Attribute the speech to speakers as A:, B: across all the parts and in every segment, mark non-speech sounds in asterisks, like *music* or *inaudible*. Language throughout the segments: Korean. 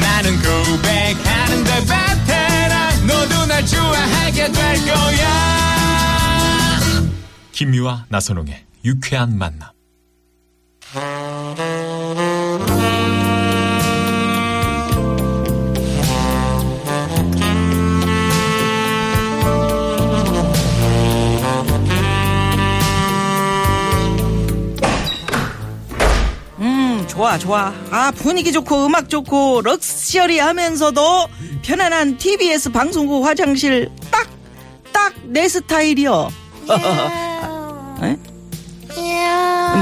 A: 나는 고백하는데 베테랑 너도 날 좋아하게 될 거야
B: 김미화 나선홍의 유쾌한 만남.
C: 음, 좋아, 좋아. 아, 분위기 좋고, 음악 좋고, 럭셔리 하면서도 편안한 TBS 방송국 화장실 딱, 딱 내 스타일이요.
D: 예.
C: 에?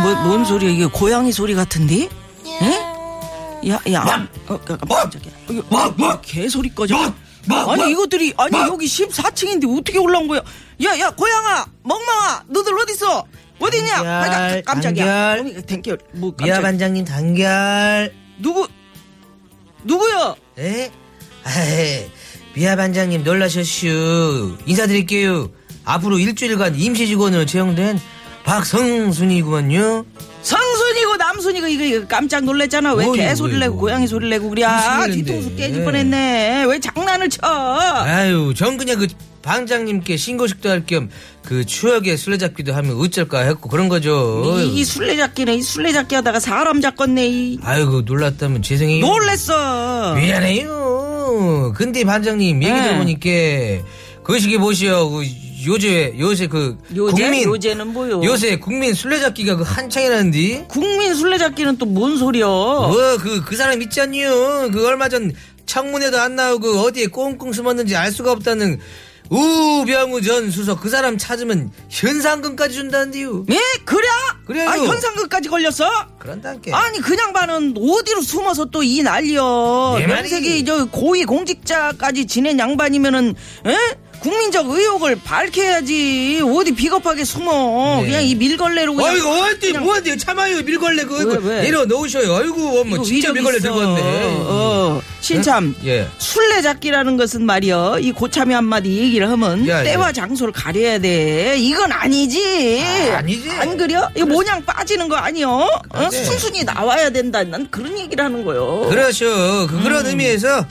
C: 뭐, 뭔 소리야? 이게 고양이 소리 같은데? 응? 야, 야. 어, 어, 깜짝이야. 이거 개소리 꺼져. 아니, 이것들이, 아니, 여기 14층인데 어떻게 올라온 거야? 야, 야, 고양아! 멍멍아! 너들 어딨어? 어딨냐?
D: 단결,
C: 아이고, 깜짝이야.
D: 단결.
C: 어이, 단결. 뭐,
D: 미아
C: 깜짝이야.
D: 반장님 단결.
C: 누구 누구야?
D: 에? 예? 에이, 미아 반장님 놀라셨슈. 인사드릴게요. 앞으로 일주일간 임시직원으로 채용된 박성순이구만요.
C: 성순이고 남순이고 이거, 이거 깜짝 놀랐잖아. 왜
D: 어이구,
C: 개소리를 내고
D: 어이구.
C: 고양이 소리를 내고 그래? 아,
D: 무슨 일인데.
C: 뒤통수 깨질 뻔했네. 왜 장난을 쳐?
D: 아유, 전 그냥 그 반장님께 신고식도 할 겸 그 추억의 술래잡기도 하면 어쩔까 했고 그런 거죠.
C: 이, 이 술래잡기네. 이 술래잡기 하다가 사람 잡겠네. 이.
D: 아이고, 놀랐다면 죄송해요.
C: 놀랬어.
D: 음. 미안해요. 근데 반장님 얘기
C: 네.
D: 들어보니까 그 시기 보시오. 그 요새 요새 그
C: 요새?
D: 국민
C: 요새는 뭐요?
D: 요새 국민 술래잡기가 그 한창이라는데.
C: 국민 술래잡기는 또 뭔 소리야?
D: 뭐? 어그그 사람 있지 않니요? 그 얼마 전 창문에도 안 나오고 어디에 꽁꽁 숨었는지 알 수가 없다는 우병우 전 수석 그 사람 찾으면 현상금까지 준다는데요.
C: 예? 그래?
D: 그래요.
C: 아, 현상금까지 걸렸어?
D: 그런단께.
C: 아니 그냥 반은 어디로 숨어서 또 이 난리여
D: 내 말이.
C: 명색이 저 고위 공직자까지 지낸 양반이면은 에? 국민적 의혹을 밝혀야지 어디 비겁하게 숨어
D: 네.
C: 그냥 이 밀걸레로 그냥
D: 아이고 어디 뭐한데요? 참아요 밀걸레 그거
C: 왜, 왜?
D: 내려 놓으셔요. 아이고 어머
C: 이거
D: 진짜
C: 위력이
D: 밀걸레
C: 있어.
D: 들고 왔네.
C: 어, 신참
D: 응? 예.
C: 술래잡기라는 것은 말이여 이 고참이 한마디 얘기를 하면
D: 야,
C: 때와
D: 야.
C: 장소를 가려야 돼 이건 아니지
D: 아, 아니지.
C: 안 그려? 이거 모냥 빠지는 거 아니여 어?
D: 그러지.
C: 순순히 나와야 된다 난 그런 얘기를 하는 거요
D: 그렇죠. 그, 그런
C: 음.
D: 의미에서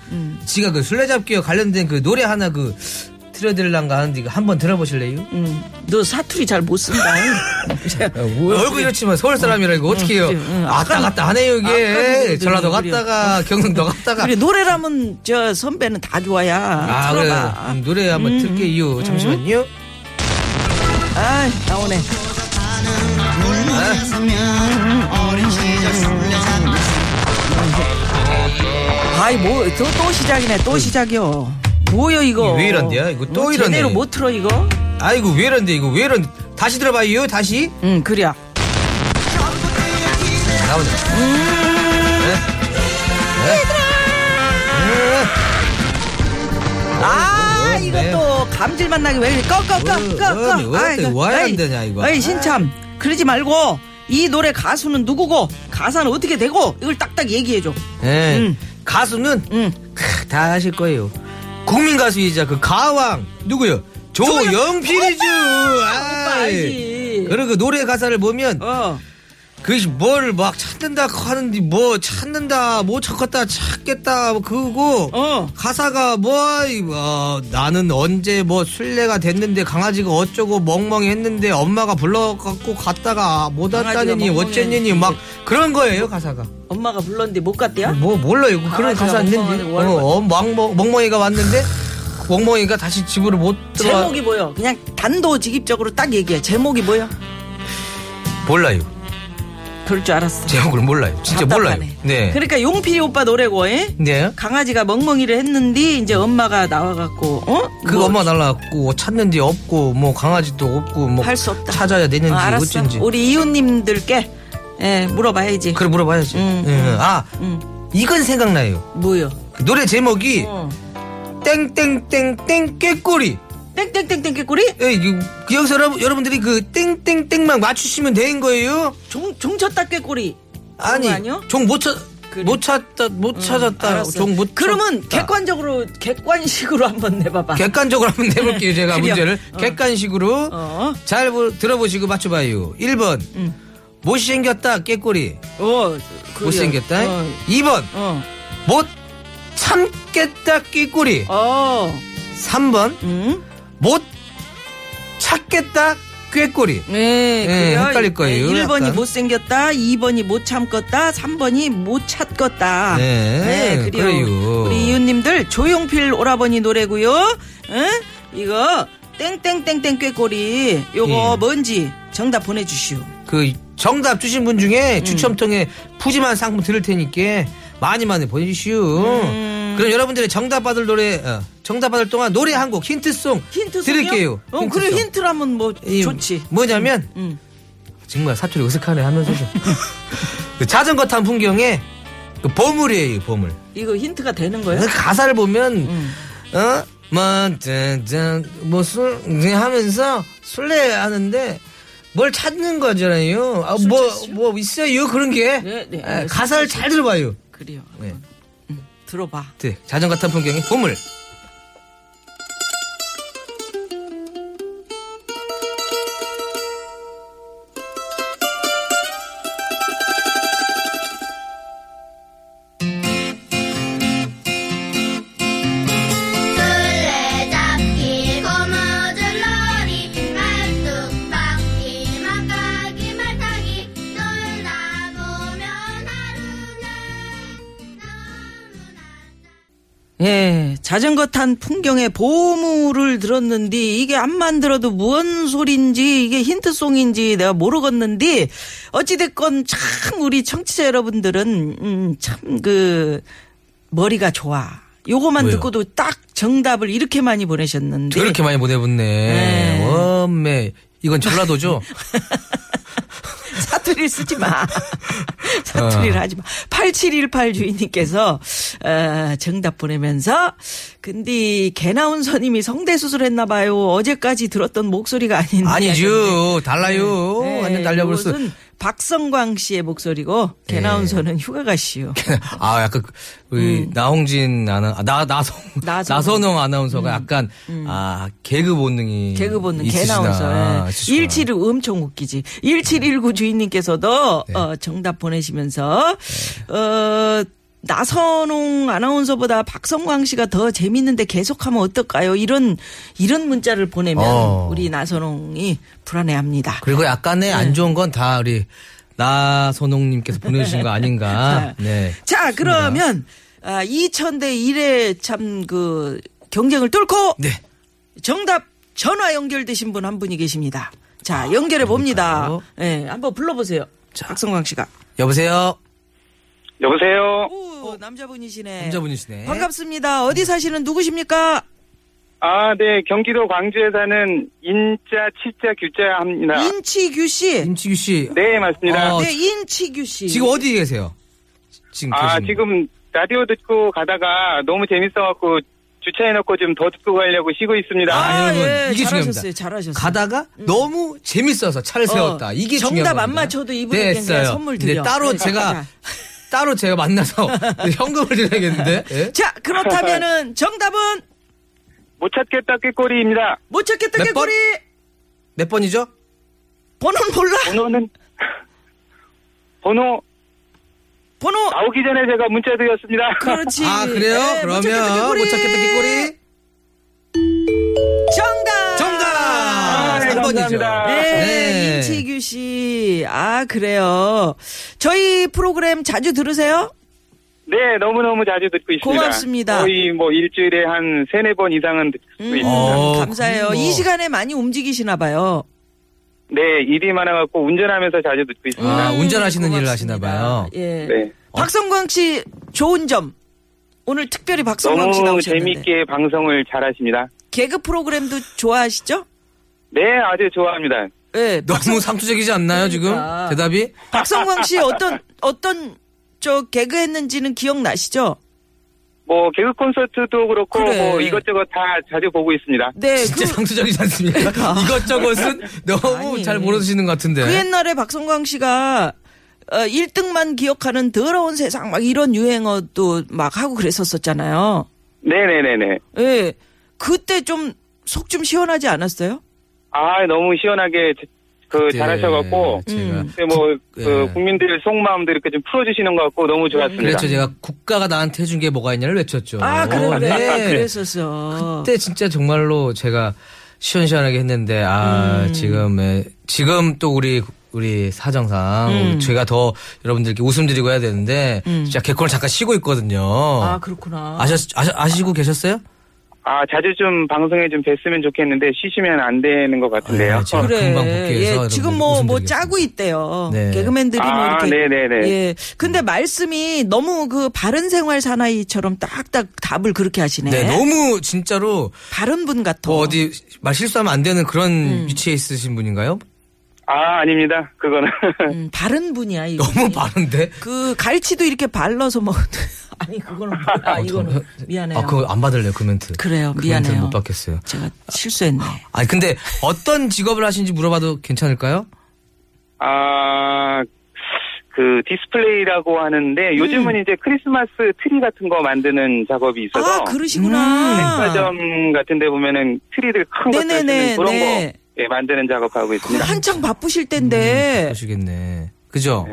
D: 지가 그 술래잡기와 관련된 그 노래 하나 그 틀어드릴란가 하는데 이거 한번 들어보실래요?
C: 음, 너 사투리 잘 못
D: *laughs*
C: 쓴다.
D: 얼굴 이렇지만 서울 사람이라 이거 어떻게 해요?
C: 그래, 응.
D: 왔다 갔다 하네요
C: 아까는
D: 이게.
C: 그래도
D: 전라도
C: 우리
D: 갔다가 *laughs* 경상도 갔다가.
C: 그래 노래라면 저 선배는 다 좋아야.
D: 아 그래.
C: 들어봐.
D: 음, 노래 한번 틀게요.
C: 음.
D: 잠시만요.
C: 아 나오네. 아이 뭐또 또 시작이네. 또 시작이요. 뭐요 이거?
D: 음. 이게 왜 이런데요? 이거 또
C: 어,
D: 이러네.
C: 제대로 못 틀어 이거.
D: 아이고 왜 이런데 이거 왜 이런? 다시 들어봐요. 다시
C: 응 그래야.
D: 나오네. 네.
C: 아 이것도 감질만 나게 왜 이래
D: 어, 어,
C: 꺼꺼꺼꺼꺼
D: 어, 네. 왜 안 되냐, 이거.
C: 아이 신참 그러지 말고 이 노래 가수는 누구고 가사는 어떻게 되고 이걸 딱딱 얘기해줘
D: 예.
C: 음.
D: 가수는
C: 응
D: 크, 다 아실 거예요. 국민 가수이자 그 가왕 누구요? 조영필이죠.
C: 오빠
D: 아이.
C: 알지.
D: 그리고 그 노래 가사를 보면
C: 어.
D: 그뭘 막 찾는다 하는데 뭐 찾는다 못 찾겠다 찾겠다 뭐 그거고
C: 어.
D: 가사가 뭐 이, 어, 나는 언제 뭐 술래가 됐는데 강아지가 어쩌고 멍멍했는데 엄마가 불러갖고 갔다가 못
C: 강아지가
D: 왔다느니 어쨌느니
C: 멍멍했는데.
D: 막 그런 거예요 가사가.
C: 엄마가 불렀는데 못 갔대요?
D: 뭐 몰라요. 그- 그런
C: 강아지가
D: 가사 있는데.
C: 멍멍하는
D: 어,
C: 거 알고
D: 어, 멍멍, 멍멍이가 왔는데 멍멍이가 다시 집으로 못 들어와.
C: 제목이 뭐요? 그냥 단도직입적으로 딱 얘기해 제목이 뭐요?
D: 몰라요.
C: 그럴 줄 알았어
D: 제목을 몰라요. 진짜
C: 답답하네.
D: 몰라요. 네.
C: 그러니까 용필이 오빠 노래고 예?
D: 네.
C: 강아지가 멍멍이를 했는데 이제 엄마가 나와갖고 어?
D: 그
C: 뭐
D: 엄마 날라갔고 찾는데 없고 뭐 강아지도 없고 뭐
C: 할수 없다.
D: 찾아야 되는지
C: 아, 알았어.
D: 어쩐지.
C: 우리 이웃님들께 예, 물어봐야지.
D: 그래 물어봐야지.
C: 음,
D: 예, 아
C: 음.
D: 이건 생각나요.
C: 뭐요?
D: 그 노래 제목이
C: 어.
D: 땡땡땡땡 꾀꼬리.
C: 땡땡땡땡 깨꼬리?
D: 예, 이거 여기서 여러분, 여러분들이 그 땡땡땡만 맞추시면 되는 거예요.
C: 종, 종 쳤다 깨꼬리. 그런
D: 아니,
C: 거 아니요?
D: 종 못 찾, 못 찾다, 못 찾았다.
C: 알았어.
D: 종 못.
C: 그러면
D: 찾다.
C: 객관적으로, 객관식으로 한번 내봐봐.
D: 객관적으로 한번 내볼게요, 제가
C: *laughs* 그래요.
D: 문제를. 객관식으로.
C: 어.
D: 잘 보- 들어보시고 맞춰봐요. 1번. 못생겼다, 깨꼬리.
C: 어, 그래요.
D: 못생겼다.
C: 어,
D: 2번.
C: 어,
D: 못 참겠다, 깨꼬리.
C: 어,
D: 3번.
C: 음,
D: 못 찾겠다, 꾀꼬리.
C: 네,
D: 예,
C: 그래요.
D: 헷갈릴 거예요,
C: 1번이
D: 약간.
C: 못생겼다, 2번이 못 참겠다, 3번이 못 찾겠다.
D: 네,
C: 그래요.
D: 그래요.
C: 우리 이웃님들 조용필 오라버니 노래고요. 응? 이거 땡땡땡땡 꾀꼬리 요거
D: 예.
C: 뭔지 정답 보내주시오.
D: 그 정답 주신 분
C: 음.
D: 중에 추첨 통해 푸짐한 상품 드릴 테니까 많이 많이 보내주시오.
C: 음.
D: 그럼 여러분들의 정답 받을 노래, 어, 정답 받을 동안 노래 한 곡 힌트송,
C: 힌트
D: 드릴게요.
C: 어, 그래
D: 힌트송.
C: 힌트라면 뭐
D: 이
C: 좋지.
D: 뭐냐면
C: 음.
D: 정말 사투리
C: *laughs*
D: 어색하네 하면서도 그 자전거 탄 풍경에 그 보물이에요, 보물.
C: 이거 힌트가 되는 거야?
D: 그 가사를 보면
C: 음.
D: 어? 뭐짠짠뭐술 하면서 술래하는데 뭘 찾는 거잖아요. 아, 뭐, 뭐 있어요 그런 게
C: 네, 네,
D: 아,
C: 알겠습니다.
D: 가사를 잘 들어봐요.
C: 그래요.
D: 네.
C: 음, 들어봐.
D: 네, 자전거 탄 풍경에 보물.
C: 네.
E: 술래잡기 고무줄놀이 말뚝박기 막가기 말타기 놀다 보면 하루는 너무나
C: 예, 자전거 탄 풍경의 보물을 들었는데 이게 안만 들어도 무언 소린지 이게 힌트송인지 내가 모르겠는데 어찌됐건 참 우리 청취자 여러분들은 음, 참 그 머리가 좋아. 요거만
D: 왜요?
C: 듣고도 딱 정답을 이렇게 많이 보내셨는데
D: 저렇게 많이 보내붙네.
C: 네.
D: 원매 이건 전라도죠.
C: *laughs* 사투리를 쓰지 마. *laughs* 사투리를
D: 아.
C: 하지 마. 8718 주인님께서 어, 정답 보내면서 근데 개나운서님이 성대 수술했나 봐요. 어제까지 들었던 목소리가 *laughs* 아닌데.
D: 아니죠. 달라요.
C: 네,
D: 완전 달려볼 수.
C: 이것은 박성광 씨의 목소리고
D: 예.
C: 개나운서는 휴가 가시오.
D: *laughs* 아, 약간 우리 나홍진 아나 아, 나 나성
C: 음. *laughs* 나선홍.
D: 나선홍 아나운서가 약간 아 개그 음, 본능이
C: 음. 개그 예. 보는
D: 있으시나.
C: 개나운서.
D: 아, 있으시구나.
C: 17 엄청 웃기지. 1719 주인님께서도
D: 네.
C: 어, 정답 보내시면서 어 나선홍 아나운서보다 박성광 씨가 더 재밌는데 계속하면 어떨까요? 이런 이런 문자를 보내면
D: 어.
C: 우리 나선홍이 불안해합니다.
D: 그리고
C: 예.
D: 약간의 안 좋은 건 다 우리 나선홍님께서 보내주신 거
C: *laughs*
D: 아닌가. 네.
C: 자, 그러면 아, 2000대 1의 참그 경쟁을 뚫고
D: 네.
C: 정답 전화 연결되신 분 한 분이 계십니다. 자, 연결해 봅니다.
D: 아, 그러니까요.
C: 예, 한번 불러보세요. 박성광 씨가.
D: 여보세요.
F: 여보세요.
C: 오, 어? 남자분이시네.
D: 어? 남자분이시네. 음.
C: 반갑습니다. 어디 사시는 누구십니까?
F: 아, 네. 경기도 광주에 사는 인자, 치자, 규자 합니다.
C: 인치규 씨.
D: 임치규 씨.
F: 네, 맞습니다.
D: 어,
C: 네, 인치규 씨.
D: 지금 어디 계세요? 지금
F: 아,
D: 계신-
F: 지금 라디오 듣고 가다가 너무 재밌어갖고 주차해놓고 좀 더 듣고 가려고 쉬고 있습니다.
D: 아,
C: 아,
D: 여러분,
C: 예,
D: 이게
C: 잘하셨어요.
D: 중요합니다.
C: 잘하셨어요. 음.
D: 가다가 너무 재밌어서 차를 세웠다. 이게
C: 정답
D: 중요한
C: 안
D: 겁니다.
C: 맞춰도 이분에게 그냥
D: 됐어요.
C: 선물
D: 이제
C: 드려.
D: 따로
C: 네, 자.
D: 제가 *laughs* 따로 제가 만나서
C: *laughs*
D: 현금을 드려야겠는데. 예?
C: 자, 그렇다면은 정답은
F: 못 찾겠다 꾀꼬리입니다.
C: 못 찾겠다
D: 몇
C: 개꼬리.
D: 몇 번이죠?
C: 번호는 몰라.
F: 번호는 *laughs* 번호
C: 번호.
F: 나오기 전에 제가 문자 드렸습니다.
C: 그렇지.
D: 아 그래요?
C: 예, 못 찾겠다
D: 그러면
C: 개꼬리.
D: 못 찾겠다 개꼬리
C: 정답.
D: 정답.
F: 네,
D: 3번이죠.
F: 감사합니다.
C: 네, 아, 인치규 씨. 아, 그래요. 저희 프로그램 자주 들으세요?
F: *laughs* 네, 너무너무 자주 듣고 있습니다.
C: 고맙습니다. 음.
F: 거의 뭐 일주일에 한 세네 번 이상은 듣고 있습니다.
D: 어,
C: 감사해요.
D: 그럼 뭐.
C: 이 시간에 많이 움직이시나 봐요.
F: 네, 일이 많아갖고 운전하면서 자주 듣고 있습니다.
D: 아, 운전하시는 일을 하시나
C: 고맙습니다.
D: 봐요.
C: 예.
F: 네.
C: 박성광 씨 좋은 점. 오늘 특별히 박성광 씨
F: 너무
C: 나오셨는데.
F: 재밌게 방송을 잘하십니다.
C: 개그 프로그램도 좋아하시죠?
F: 네, 아주 좋아합니다.
C: 예.
D: *laughs* 너무 상투적이지
C: 그러니까.
D: 않나요 지금 대답이?
C: 박성광 씨 어떤 어떤 저 개그 했는지는 기억나시죠?
F: 뭐 개그 콘서트도 그렇고
C: 그래.
F: 뭐 이것저것 다 자주 보고 있습니다.
C: 네,
D: 진짜
C: 그, 그러니까.
D: 상투적이지 않습니까? *laughs* 이것저것은 너무
C: 아니.
D: 잘 모르시는 것 같은데.
C: 그 옛날에 박성광 씨가 어, 1등만 기억하는 더러운 세상 막 이런 유행어도 막 하고 그랬었었잖아요.
F: 네네네네.
C: 예. 그때 좀 속 좀 시원하지 않았어요?
F: 아 너무 시원하게 제- 그 잘하셔갖고
D: 예, 제가
C: 음.
F: 근데 뭐 그
D: 예.
F: 국민들 속마음도 이렇게 좀 풀어주시는 것 같고 너무 좋았습니다.
D: 그렇죠. 제가 국가가 나한테 해준 게 뭐가 있냐를 외쳤죠.
C: 그러니까. 아, 그래, 그래.
D: 네.
C: 그랬었어.
D: 그때 진짜 정말로 제가 시원시원하게 했는데 아
C: 음.
D: 지금 에, 지금 또 우리 우리 사정상
C: 음.
D: 제가 더 여러분들께 웃음 드리고 해야 되는데 진짜 개콘을 잠깐 쉬고 있거든요.
C: 아, 그렇구나.
D: 아셨 아시고 계셨어요?
F: 아 자주 좀 방송에 좀 뵀으면 좋겠는데 쉬시면 안 되는 것 같은데요.
D: 아, 제가
C: 그래.
D: 금방 복귀해서
C: 예, 지금
D: 여러분들
C: 뭐 뭐
D: 웃음 드리겠습니다.
C: 짜고 있대요.
D: 네.
C: 개그맨들이 뭐
F: 아,
C: 이렇게
F: 네네네.
C: 예. 근데 말씀이 너무 그 바른 생활 사나이처럼 딱딱 답을 그렇게 하시네.
D: 네, 너무 진짜로
C: 바른 분 같아.
D: 뭐 어디 말 실수하면 안 되는 그런
C: 음.
D: 위치에 있으신 분인가요? *laughs*
F: 아 아닙니다. 그거는 *laughs*
C: 음, 바른 분이야, 이거.
D: 너무 바른데.
C: 그 갈치도 이렇게 발라서 먹 *laughs* 아니, 그거는 뭐야. 이거는 미안해요.
D: 아, 그거 안 받을래요, 그 멘트.
C: 그래요,
D: 그
C: 미안해요.
D: 멘트를 못 받겠어요.
C: 제가 실수했네.
D: 아니, 근데 어떤 직업을 하신지 물어봐도 괜찮을까요?
F: 아그 디스플레이라고 하는데 요즘은 이제 크리스마스 트리 같은 거 만드는 작업이
C: 음.
F: 있어서
C: 아,
D: 음.
C: 그러시구나.
F: 백화점 같은 데 보면은 트리들 큰 것들
C: 네네네,
F: 쓰는 그런
C: 네.
F: 거 예, 만드는 작업하고 있습니다.
C: 그 한창 바쁘실 텐데.
D: 음, 그러시겠네. 그죠?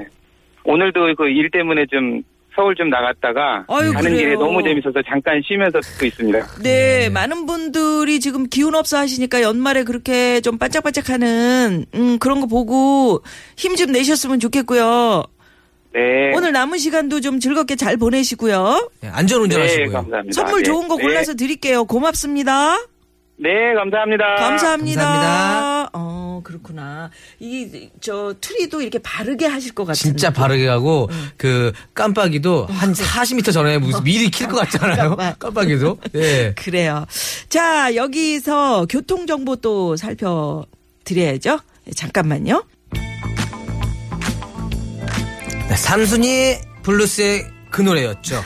F: 오늘도 그 일 때문에 좀 서울 좀 나갔다가
C: 아유,
F: 가는 길에
C: 그래요.
F: 너무 재밌어서 잠깐 쉬면서 듣고 있습니다.
C: 네, 많은 분들이 지금 기운 없어 하시니까 연말에 그렇게 좀 반짝반짝하는 음, 그런 거 보고 힘 좀 내셨으면 좋겠고요.
F: 네.
C: 오늘 남은 시간도 좀 즐겁게 잘 보내시고요.
D: 네, 안전
F: 네,
D: 운전하시고요.
F: 감사합니다.
C: 선물
F: 네.
C: 좋은 거
F: 네.
C: 골라서 드릴게요. 고맙습니다.
F: 네, 감사합니다.
C: 감사합니다.
D: 감사합니다.
C: 어, 그렇구나. 이 저 트리도 이렇게 바르게 하실 것 같은데.
D: 진짜 바르게 하고
C: 음.
D: 그 깜빡이도 한 40m 전에
C: 어.
D: 무슨 미리 킬 것 같잖아요.
C: 깜빡.
D: 깜빡이도.
C: *laughs*
D: 예.
C: 그래요. 자, 여기서 교통 정보 또 살펴 드려야죠. 잠깐만요.
D: 네, 삼순이 블루스의
C: *laughs*
D: 그 노래였죠.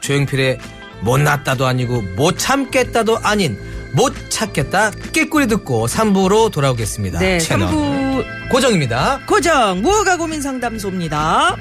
D: 조용필의 못났다도 아니고 못 참겠다도 아닌 못 찾겠다 깨꼬리 듣고 3부로 돌아오겠습니다.
C: 네,
D: 채널
C: 삼부
D: 고정입니다.
C: 고정 무허가 고민 상담소입니다.